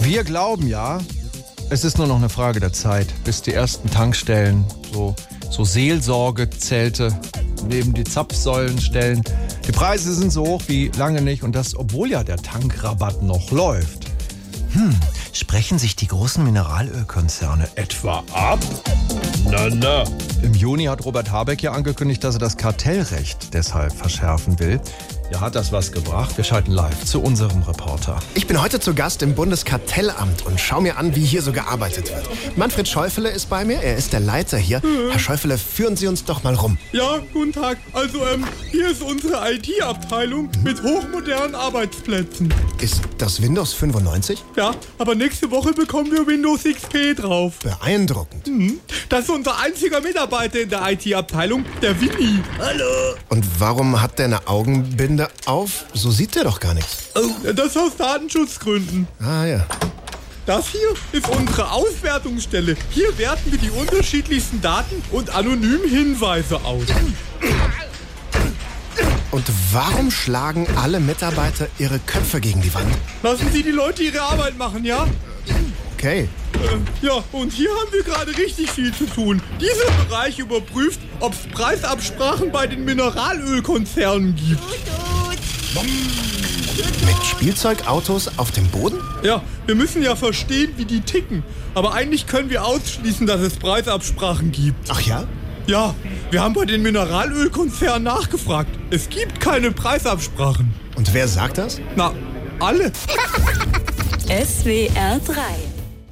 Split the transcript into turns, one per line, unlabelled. Wir glauben ja, es ist nur noch eine Frage der Zeit, bis die ersten Tankstellen, so, so Seelsorgezelte neben die Zapfsäulen stellen. Die Preise sind so hoch wie lange nicht und das, obwohl ja der Tankrabatt noch läuft. Hm, sprechen sich die großen Mineralölkonzerne etwa ab? Na, na. Im Juni hat Robert Habeck ja angekündigt, dass er das Kartellrecht deshalb verschärfen will. Ja, hat das was gebracht? Wir schalten live zu unserem Reporter.
Ich bin heute zu Gast im Bundeskartellamt und schaue mir an, wie hier so gearbeitet wird. Manfred Schäufele ist bei mir, er ist der Leiter hier. Herr Schäufele, führen Sie uns doch mal rum.
Ja, guten Tag. Also, ähm, hier ist unsere IT-Abteilung mit hochmodernen Arbeitsplätzen.
Ist das Windows 95?
Ja, aber nächste Woche bekommen wir Windows XP drauf.
Beeindruckend.
Hm? Das ist unser einziger Mitarbeiter in der IT-Abteilung, der Winnie.
Und warum hat der eine Augenbinde auf? So sieht der doch gar nichts.
Das aus Datenschutzgründen.
Ah ja.
Das hier ist unsere Auswertungsstelle. Hier werten wir die unterschiedlichsten Daten und anonymen Hinweise aus.
Und warum schlagen alle Mitarbeiter ihre Köpfe gegen die Wand?
Lassen Sie die Leute ihre Arbeit machen, ja?
Okay.
Äh, ja, und hier haben wir gerade richtig viel zu tun. Dieser Bereich überprüft, ob es Preisabsprachen bei den Mineralölkonzernen gibt.
Mit Spielzeugautos auf dem Boden?
Ja, wir müssen ja verstehen, wie die ticken. Aber eigentlich können wir ausschließen, dass es Preisabsprachen gibt.
Ach ja?
Ja, wir haben bei den Mineralölkonzernen nachgefragt. Es gibt keine Preisabsprachen.
Und wer sagt das?
Na, alle.
SWR 3